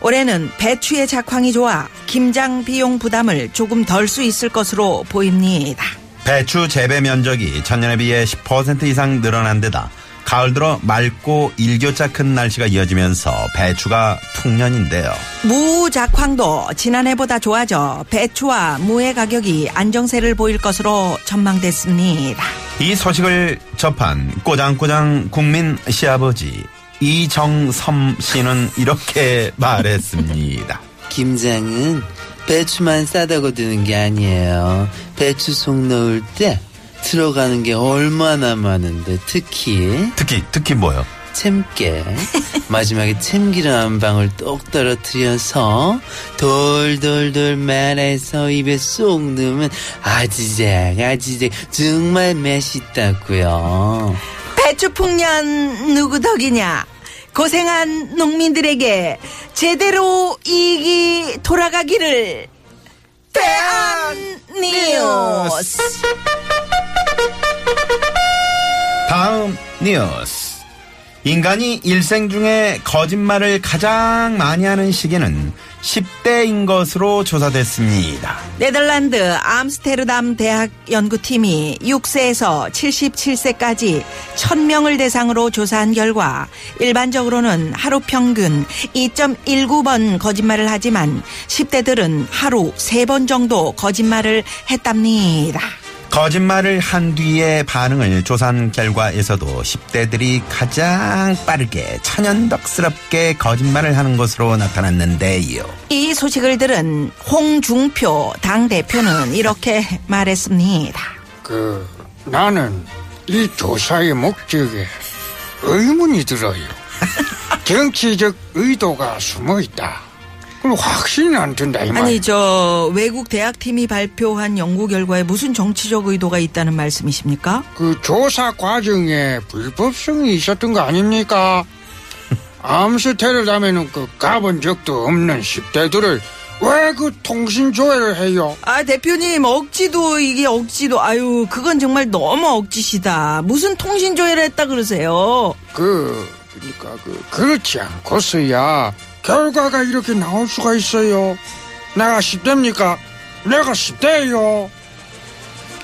올해는 배추의 작황이 좋아 김장 비용 부담을 조금 덜 수 있을 것으로 보입니다. 배추 재배 면적이 전년에 비해 10% 이상 늘어난 데다 가을 들어 맑고 일교차 큰 날씨가 이어지면서 배추가 풍년인데요. 무 작황도 지난해보다 좋아져 배추와 무의 가격이 안정세를 보일 것으로 전망됐습니다. 이 소식을 접한 꼬장꼬장 국민 시아버지 이정섬 씨는 이렇게 말했습니다. 김장은 배추만 싸다고 드는 게 아니에요. 배추 속 넣을 때 들어가는 게 얼마나 많은데 특히 특히 특히 뭐요? 참깨 마지막에 참기름 한 방울 똑 떨어뜨려서 돌돌돌 말아서 입에 쏙 넣으면 아지작 아지작 정말 맛있다고요. 배추 풍년 누구 덕이냐? 고생한 농민들에게 제대로 이익이 돌아가기를 대한 뉴스. 다음 뉴스. 인간이 일생 중에 거짓말을 가장 많이 하는 시기는 10대인 것으로 조사됐습니다. 네덜란드 암스테르담 대학 연구팀이 6세에서 77세까지 1000명을 대상으로 조사한 결과 일반적으로는 하루 평균 2.19번 거짓말을 하지만 10대들은 하루 3번 정도 거짓말을 했답니다. 거짓말을 한 뒤의 반응을 조사한 결과에서도 10대들이 가장 빠르게 천연덕스럽게 거짓말을 하는 것으로 나타났는데요. 이 소식을 들은 홍중표 당대표는 이렇게 말했습니다. 그 나는 이 조사의 목적에 의문이 들어요. 정치적 의도가 숨어 있다. 그걸 확신이 안 든다 이 말. 아니 저 외국 대학팀이 발표한 연구 결과에 무슨 정치적 의도가 있다는 말씀이십니까? 그 조사 과정에 불법성이 있었던 거 아닙니까? 암스테르담에는 그 가본 적도 없는 10대들을 왜 그 통신 조회를 해요? 아 대표님 억지도 이게 억지도 아유 그건 정말 너무 억지시다. 무슨 통신 조회를 했다 그러세요? 그 그러니까 그 그렇지 않고서야 결과가 이렇게 나올 수가 있어요. 내가 10대입니까? 내가 10대예요.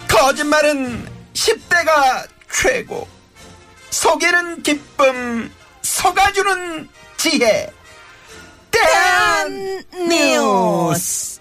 거짓말은 10대가 최고. 속이는 기쁨, 속아주는 지혜. 대한 뉴스.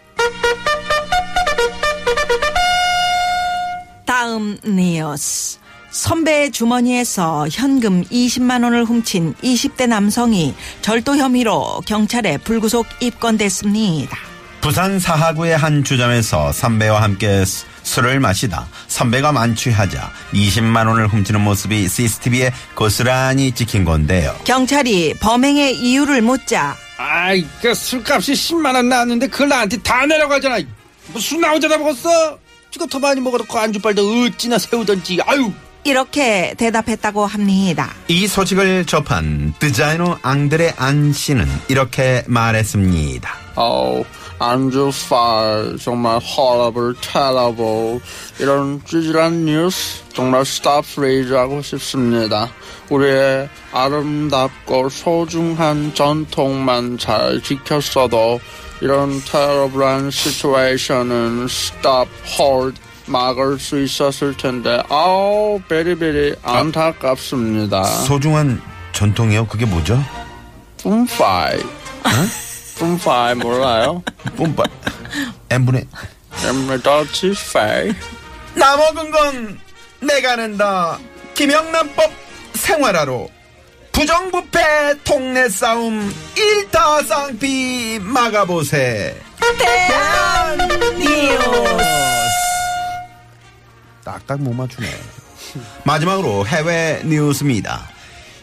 다음 뉴스. 선배의 주머니에서 현금 20만 원을 훔친 20대 남성이 절도 혐의로 경찰에 불구속 입건됐습니다. 부산 사하구의 한 주점에서 선배와 함께 수- 술을 마시다 선배가 만취하자 20만 원을 훔치는 모습이 CCTV에 고스란히 찍힌 건데요. 경찰이 범행의 이유를 묻자 아이, 그 술값이 10만 원 나왔는데 그걸 나한테 다 내려가잖아. 무슨 나 혼자 다 먹었어? 이거 더 많이 먹어놓고 안주빨도 어찌나 세우던지 아유 이렇게 대답했다고 합니다. 이 소식을 접한 드자이노 앙드레 안 씨는 이렇게 말했습니다. 어우, 안주팔, Oh, 정말 horrible, terrible. 이런 찌질한 뉴스, 정말 스탑 레이즈하고 싶습니다. 우리의 아름답고 소중한 전통만 잘 지켰어도, 이런 terrible한 situation은 stop, hold, 막을 수 있었을 텐데, 아우, 베리베리 안타깝습니다. 소중한 전통이요? 그게 뭐죠? 뿜파이. 뿜파이 몰라요? 뿜빠 엠분의 엠메더치 페이 나 먹은 건 내가 낸다. 김영란법 생활화로 부정부패 동네 싸움 일타쌍피 막아보세. 딱딱 못 맞추네. 마지막으로 해외 뉴스입니다.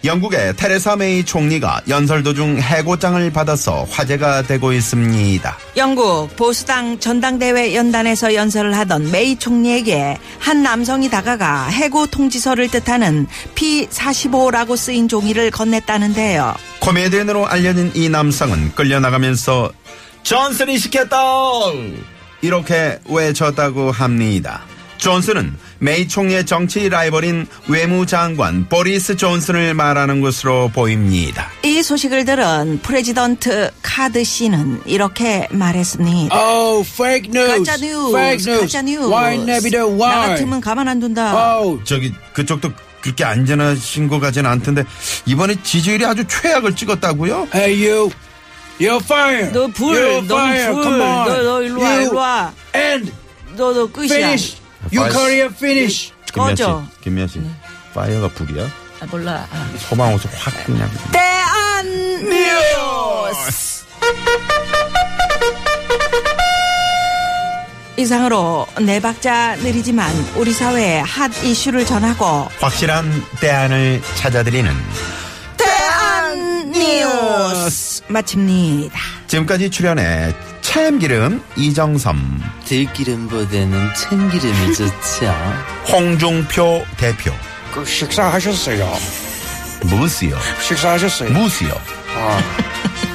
영국의 테레사 메이 총리가 연설 도중 해고장을 받아서 화제가 되고 있습니다. 영국 보수당 전당대회 연단에서 연설을 하던 메이 총리에게 한 남성이 다가가 해고 통지서를 뜻하는 P45라고 쓰인 종이를 건넸다는데요. 코미디언으로 알려진 이 남성은 끌려나가면서 존슨이 시켰다! 이렇게 외쳤다고 합니다. 존슨은 메이 총리의 정치 라이벌인 외무장관 보리스 존슨을 말하는 것으로 보입니다. 이 소식을 들은 프레지던트 카드 씨는 이렇게 말했습니다. Oh, fake news. 가짜 뉴스, Fake news. 가짜 뉴스. Why never why? 나 같으면 가만 안 둔다. Oh, 저기 그쪽도 그렇게 안전하신 것 같진 않던데 이번에 지지율이 아주 최악을 찍었다고요? 네. hey you. You're fired. 너 불, You're 너 fired. 불, Come on. 너, 너 일로 와, You 일로 와. End. 너, 너 끝이야. Finish. Your 벌써- career finish. 김미아 씨, 꺼져. 김미아 씨, 파이어가 불이야? 아, 몰라. 아. 소방 호소 확 그냥. 대한 뉴스! 이상으로 네 박자 느리지만 우리 사회의 핫 이슈를 전하고 확실한 대안을 찾아드리는 대한 뉴스 마칩니다. 지금까지 출연해 참기름 이정섬, 들기름보다는 참기름이 좋죠. 홍중표 대표, 그 식사하셨어요? 무스요, 식사하셨어요? 무스요, 아,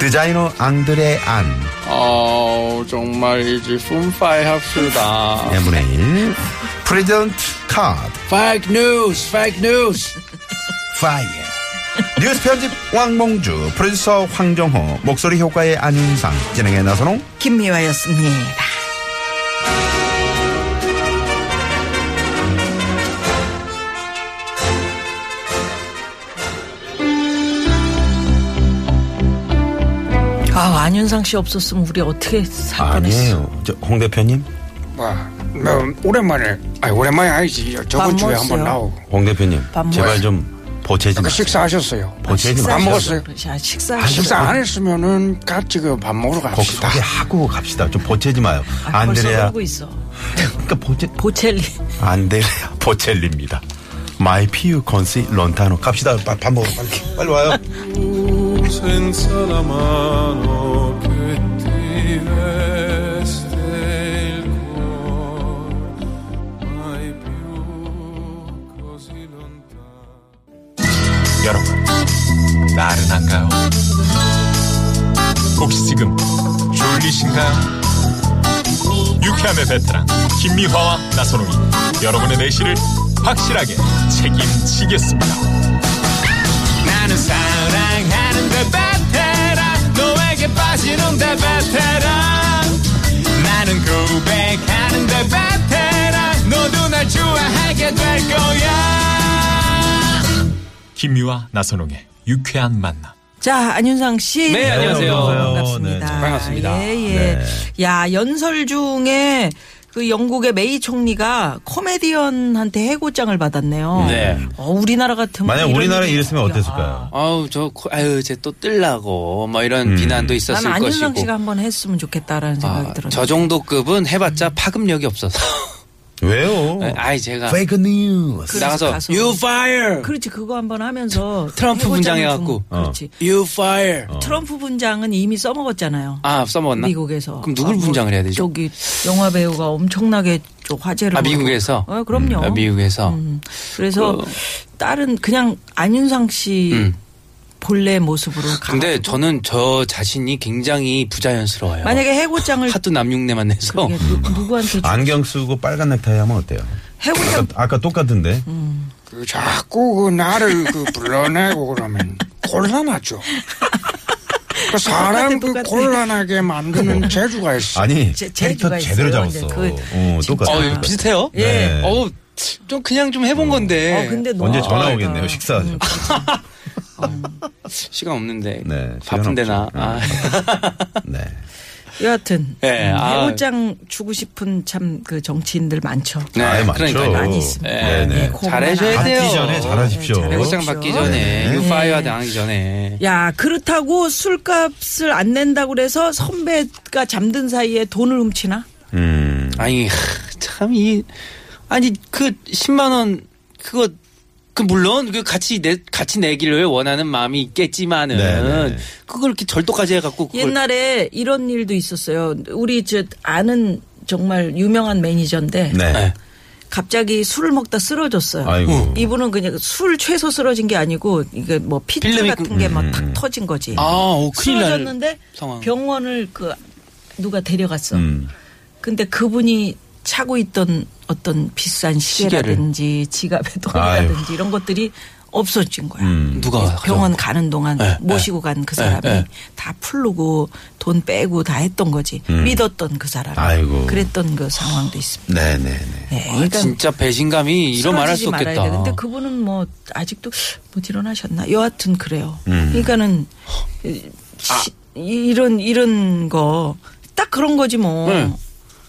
디자이너 앙드레 안, 어, 정말 이제 품파이 합시다. M분의 1, 프레젠트 카드, Fake news. Fake news. 파이어. 뉴스 편집 왕몽주, 프로듀서 황정호, 목소리 효과의 안윤상, 진행의 나선홍, 김미화였습니다. 아, 안윤상 씨 없었으면 우리 어떻게 살 뻔했어. 저홍 대표님, 뭐, 뭐, 오랜만에, 아니, 오랜만이 아니지. 저번 밥 주에 먹었어요? 한번 나오고. 홍 대표님, 밥 먹어요. 좀 보채지 그 식사하셨어요? 보채지 밥 먹었어요? 자, 식사. 아, 식사 안 했으면은 같이 그 밥 먹으러 거기 갑시다. 소개하고 갑시다. 좀 보채지 마요. 아, 안 벌써 되래야. 그러고 있어. 그러니까 보채 보첼리. 안 되래야 보첼리입니다. 마이 피유 건시 런타노 갑시다. 밥, 밥 먹어. 빨리, 빨리 와요. sen la mano che ti veste il cuore, mai più così lontano. 여러분, 나른한가요? 혹시 지금 졸리신가요? 유쾌함의 베테랑 김미화와 나선홍이 여러분의 내실을 확실하게 책임지겠습니다. 나는 사랑하는데 베테랑 너에게 빠지는데 베테랑 나는 고백하는데 베테랑 너도 날 좋아하게 될 거야. 김유와 나선홍의 유쾌한 만남. 자, 안윤상 씨. 네, 안녕하세요. 반갑습니다. 네, 반갑습니다. 예, 예. 야, 연설 중에 그 영국의 메이 총리가 코미디언한테 해고장을 받았네요. 네. 어, 우리나라 같으면. 만약 이런 우리나라에 일이 이랬으면 있었고요. 어땠을까요? 아우 저 코- 아유 쟤 또 뜰라고 뭐 이런 비난도 아, 있었을 난 안윤상 것이고. 씨가 한번 했으면 좋겠다라는 생각이 아, 들었어요. 저 정도 급은 해봤자 파급력이 없어서. 네, 왜요? 아이 제가 페이크 뉴스. 나가서 가서. you fire, 그렇지, 그거 한번 하면서. 트럼프 해고장을 분장 준- 해갖고. 그렇지. 어. you fire. 트럼프 분장은 이미 써먹었잖아요. 아 써먹었나? 미국에서. 그럼 누굴 아, 뭐 분장을 해야 되죠? 저기 영화 배우가 엄청나게 저 화제를. 아, 모으고. 미국에서? 어, 그럼요. 아, 미국에서 음, 그래서 어. 다른 그냥 안윤상 씨 음. 본래 모습으로 가. 근데 저는 저 자신이 굉장히 부자연스러워요. 만약에 어, 해고장을 하도 남육내만 내서 그게 누, 누구한테 주- 안경 쓰고 빨간 넥타이 하면 어때요? 해고장 아까, 아까 똑같은데. 음. 그 자꾸 그 나를 그 불러내고 그러면 곤란하죠. 그 사람 그 똑같아. 곤란하게 음. 만드는 재주가 있어. 아니, 제- 캐릭터 재주가 제대로 있어요. 잡았어. 근데 그 어, 진짜. 똑같아. 어 이거 비슷해요? 예. 네. 어우 좀 그냥 좀 해본 건데 어 음. 근데 너무 언제 전화 아깝다. 오겠네요, 식사하죠. 시간 없는데 네, 시간 바쁜데 나 없죠. 아, 네. 여하튼 예, 음, 아. 해고장 주고 싶은 참 그 정치인들 많죠. 네, 아예 많죠. 그러니까요. 많이 있습니다. 네, 네. 고만 잘해줘야 안- 돼요. 받기 전에 잘하십시오. 네, 잘하십시오. 해고장 받기 전에 네. you fire 당하기 전에 야 그렇다고 술값을 안 낸다고 그래서 선배가 잠든 사이에 돈을 훔치나? 음. 아니 참 이 아니 그 10만 원 그거 그 물론 그 같이 내 같이 내기를 원하는 마음이 있겠지만은 네, 네. 그걸 이렇게 절도까지 해갖고 그걸 옛날에 이런 일도 있었어요. 우리 저 아는 정말 유명한 매니저인데 네. 네. 갑자기 술을 먹다 쓰러졌어요. 아이고. 이분은 그냥 술 최소 쓰러진 게 아니고 이게 뭐 피트 필름이 그- 같은 게 음. 막 탁 터진 거지. 아, 오, 큰일 날 쓰러졌는데 상황. 병원을 그 누가 데려갔어. 음. 근데 그분이 차고 있던 어떤 비싼 시계라든지 지갑의 돈이라든지 이런 것들이 없어진 거야. 그 음. 누가 병원 가는 동안 네, 모시고 간 그 사람이 네. 다 풀르고 돈 빼고 다 했던 거지. 음. 믿었던 그 사람. 아이고. 그랬던 그 상황도 있습니다. 네네네. 네, 아, 진짜 배신감이 이런 말할 수 쓰러지지 말아야 없겠다. 돼. 근데 그분은 뭐 아직도 못 일어나셨나? 여하튼 그래요. 음. 그러니까는 아. 시- 이런 이런 거 딱 그런 거지 뭐. 네.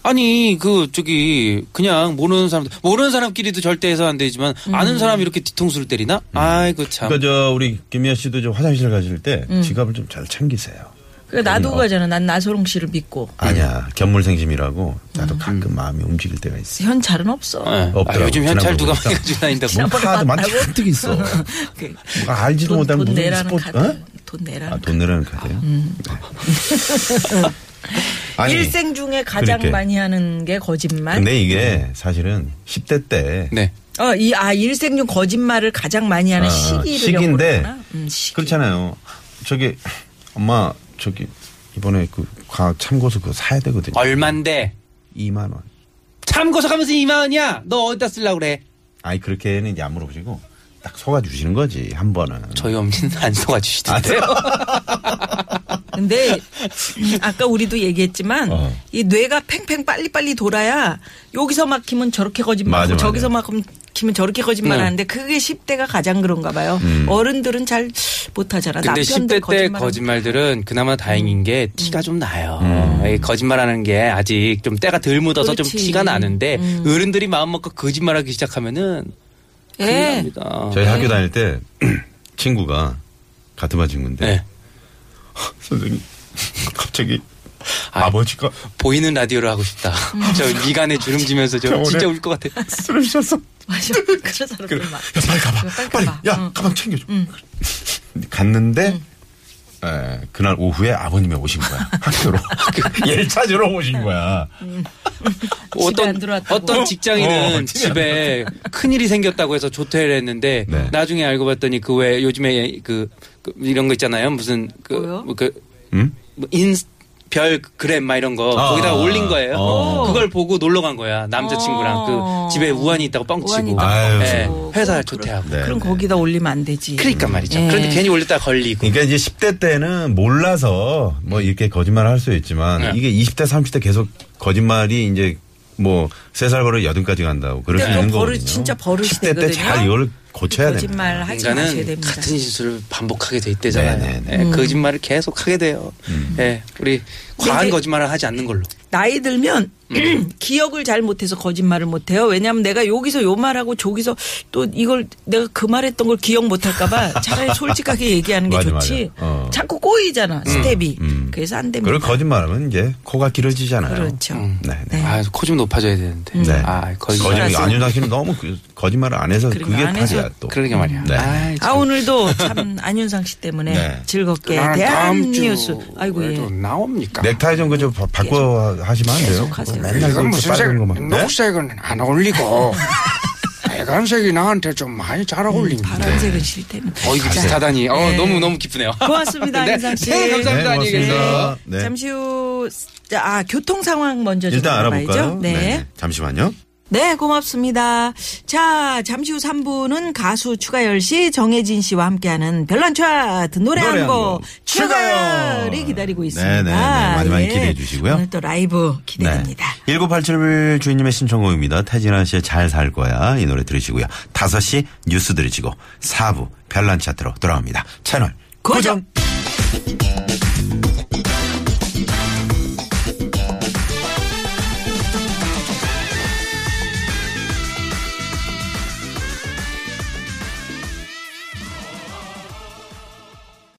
아니 그 저기 그냥 모르는 사람 모르는 사람끼리도 절대 해서 안 되지만 음. 아는 사람이 이렇게 뒤통수를 때리나? 아이고 참. 그러니까 저 우리 김미아 씨도 저 화장실 가실 때 음. 지갑을 좀 잘 챙기세요. 그러니까 나도 음. 그거잖아. 난 나소롱 씨를 믿고 음. 아니야 견물생심이라고 나도 가끔 마음이 움직일 때가 있어. 현찰은 없어. 예. 아, 없더라고, 요즘 지난번에 현찰 누가 많이 보니까. 가지고 다닌다고. 뭔 카드만 잔뜩 있어. 그 뭐가 알지도 돈, 못하는 돈 무슨 내라는 스포츠. 카드. 어? 돈 내라는 아, 돈 내라는 카드요? 네. 아니, 일생 중에 가장 그러니까. 많이 하는 게 거짓말. 근데 이게 사실은 10대 때 네. 어, 이, 아, 일생 중 거짓말을 가장 많이 하는 아, 시기를 시기인데 연구하구나. 음, 시기. 그렇잖아요. 저기 엄마 저기 이번에 그 과- 참고서 그거 사야 되거든요. 아. 얼만데? 2만 원. 참고서 가면서 2만 원이야. 너 어디다 쓰려고 그래? 아니 그렇게는 야 물어보시고 딱 속아 주시는 거지 한 번은. 저희 엄니는 안 속아 네. 주시던데요. 근데 음, 아까 우리도 얘기했지만 어. 이 뇌가 팽팽 빨리빨리 돌아야 여기서 막히면 저렇게 맞아, 음. 거짓말하고 맞아. 저기서 막히면 저렇게 거짓말하는데 그게 10대가 가장 그런가 봐요. 음. 어른들은 잘 못하잖아. 근데 남편들 음. 10대 때 거짓말하면 거짓말들은 그나마 다행인 게 티가 좀 나요. 이 거짓말하는 게 아직 좀 때가 덜 묻어서 좀 그렇지. 음. 티가 나는데 어른들이 마음먹고 거짓말하기 시작하면은 큰일 예. 납니다. 저희 학교 다닐 때 친구가 같은 반 친구인데 네. 선생님 갑자기 아. 아, 버지가 보이는 라디오를 하고 싶다. 음. 저 미간에 주름지면서 저 진짜 울 것 같아. 쓰러지셨어. 맞아. 그런 사람들 막. 야 빨리 가봐. 빨리 빨리, 가봐. 야 가방 챙겨줘. 갔는데 에, 그날 오후에 아버님이 오신 거야 학교로 그 얘를 찾으러 오신 거야. 집에 안 들어왔다고. 어떤 직장인은 어, 집에 안 집에 큰일이 생겼다고 해서 조퇴를 했는데 네. 나중에 알고 봤더니 그 왜 요즘에 그, 그 이런 거 있잖아요. 무슨 그, 뭐요? 뭐 그, 음? 뭐 인, 별 그램 막 이런 거 아, 거기다가 아, 올린 거예요. 어. 그걸 보고 놀러 간 거야. 남자친구랑 어. 그 집에 우환이 있다고 우환이 뻥치고 있다고 아유. 그렇죠. 예, 뻥치고. 회사 그럼 조퇴하고. 네, 그럼 네. 거기다 올리면 안 되지. 그러니까 말이죠. 예. 그런데 괜히 올렸다 걸리고. 그러니까 이제 10대 때는 몰라서 뭐 이렇게 거짓말을 할 수 있지만 네. 이게 20대 30대 계속 거짓말이 이제 뭐 세 살 버릇 여든까지 간다고 그럴 수 그러니까 있는 버릇, 거거든요. 진짜 버릇이 10대 때 잘 되거든요. 그 이걸 고쳐야 됩니다. 거짓말 하지 마셔야 인간은 됩니다. 음. 같은 실수를 반복하게 돼 있대잖아요. 네, 네, 음. 예, 거짓말을 계속 하게 돼요. 예, 우리 과한 거짓말을 하지 않는 걸로. 나이 들면 기억을 잘 못해서 거짓말을 못해요. 왜냐하면 내가 여기서 요 말하고 저기서 또 이걸 내가 그 말했던 걸 기억 못할까봐 차라리 솔직하게 얘기하는 게 맞아, 좋지. 맞아. 어. 자꾸 꼬이잖아 스텝이. 음. 그래서 안 됩니다. 그걸 거짓말하면 이제 코가 길어지잖아요. 그렇죠. 네, 네. 네. 아, 코 좀 높아져야 되는데. 네. 아, 거짓말. 거짓말 안윤상 씨는 너무 그- 거짓말을 안 해서 그러니까 그게 안 해서 다야 또. 그러게 말이야. 네. 아이, 참. 아 오늘도 참 안윤상 씨 때문에 네. 즐겁게 나는 예, 대한 아, 다음 주 뉴스. 아이고 예. 그래도 나옵니까? 넥타이 좀 그좀 바꿔 하시면 안 돼요. 계속 하세요. 맨날 이건 그렇게 무슨 색? 빠른 것만. 네? 녹색은 안 어울리고 빨간색이 나한테 좀 많이 잘 어울린다. 파란색은 싫대는. 어, 이거 비슷하다니. 어, 너무 너무 기쁘네요. 고맙습니다 네. 안윤상 씨. 네, 감사합니다. 네, 안녕히 고맙습니다. 계세요. 네. 잠시 후. 아 교통 상황 먼저 좀 일단 알아봐야죠. 알아볼까요? 네. 잠시만요. 네, 고맙습니다. 자, 잠시 후 3부는 가수 추가열 씨, 정혜진 씨와 함께하는 별난 차트 노래 노래 한 한 곡 곡. 추가열이 추가열. 기다리고 있습니다. 예. 네, 네, 네. 마지막에 기대해 주시고요. 네. 오늘 또 라이브 네. 기대됩니다. 1987 주인님의 신청곡입니다. 태진아 씨의 잘 살 거야. 이 노래 들으시고요. 5시 뉴스 들으시고 4부 별난 차트로 돌아옵니다. 채널 고정. 고정.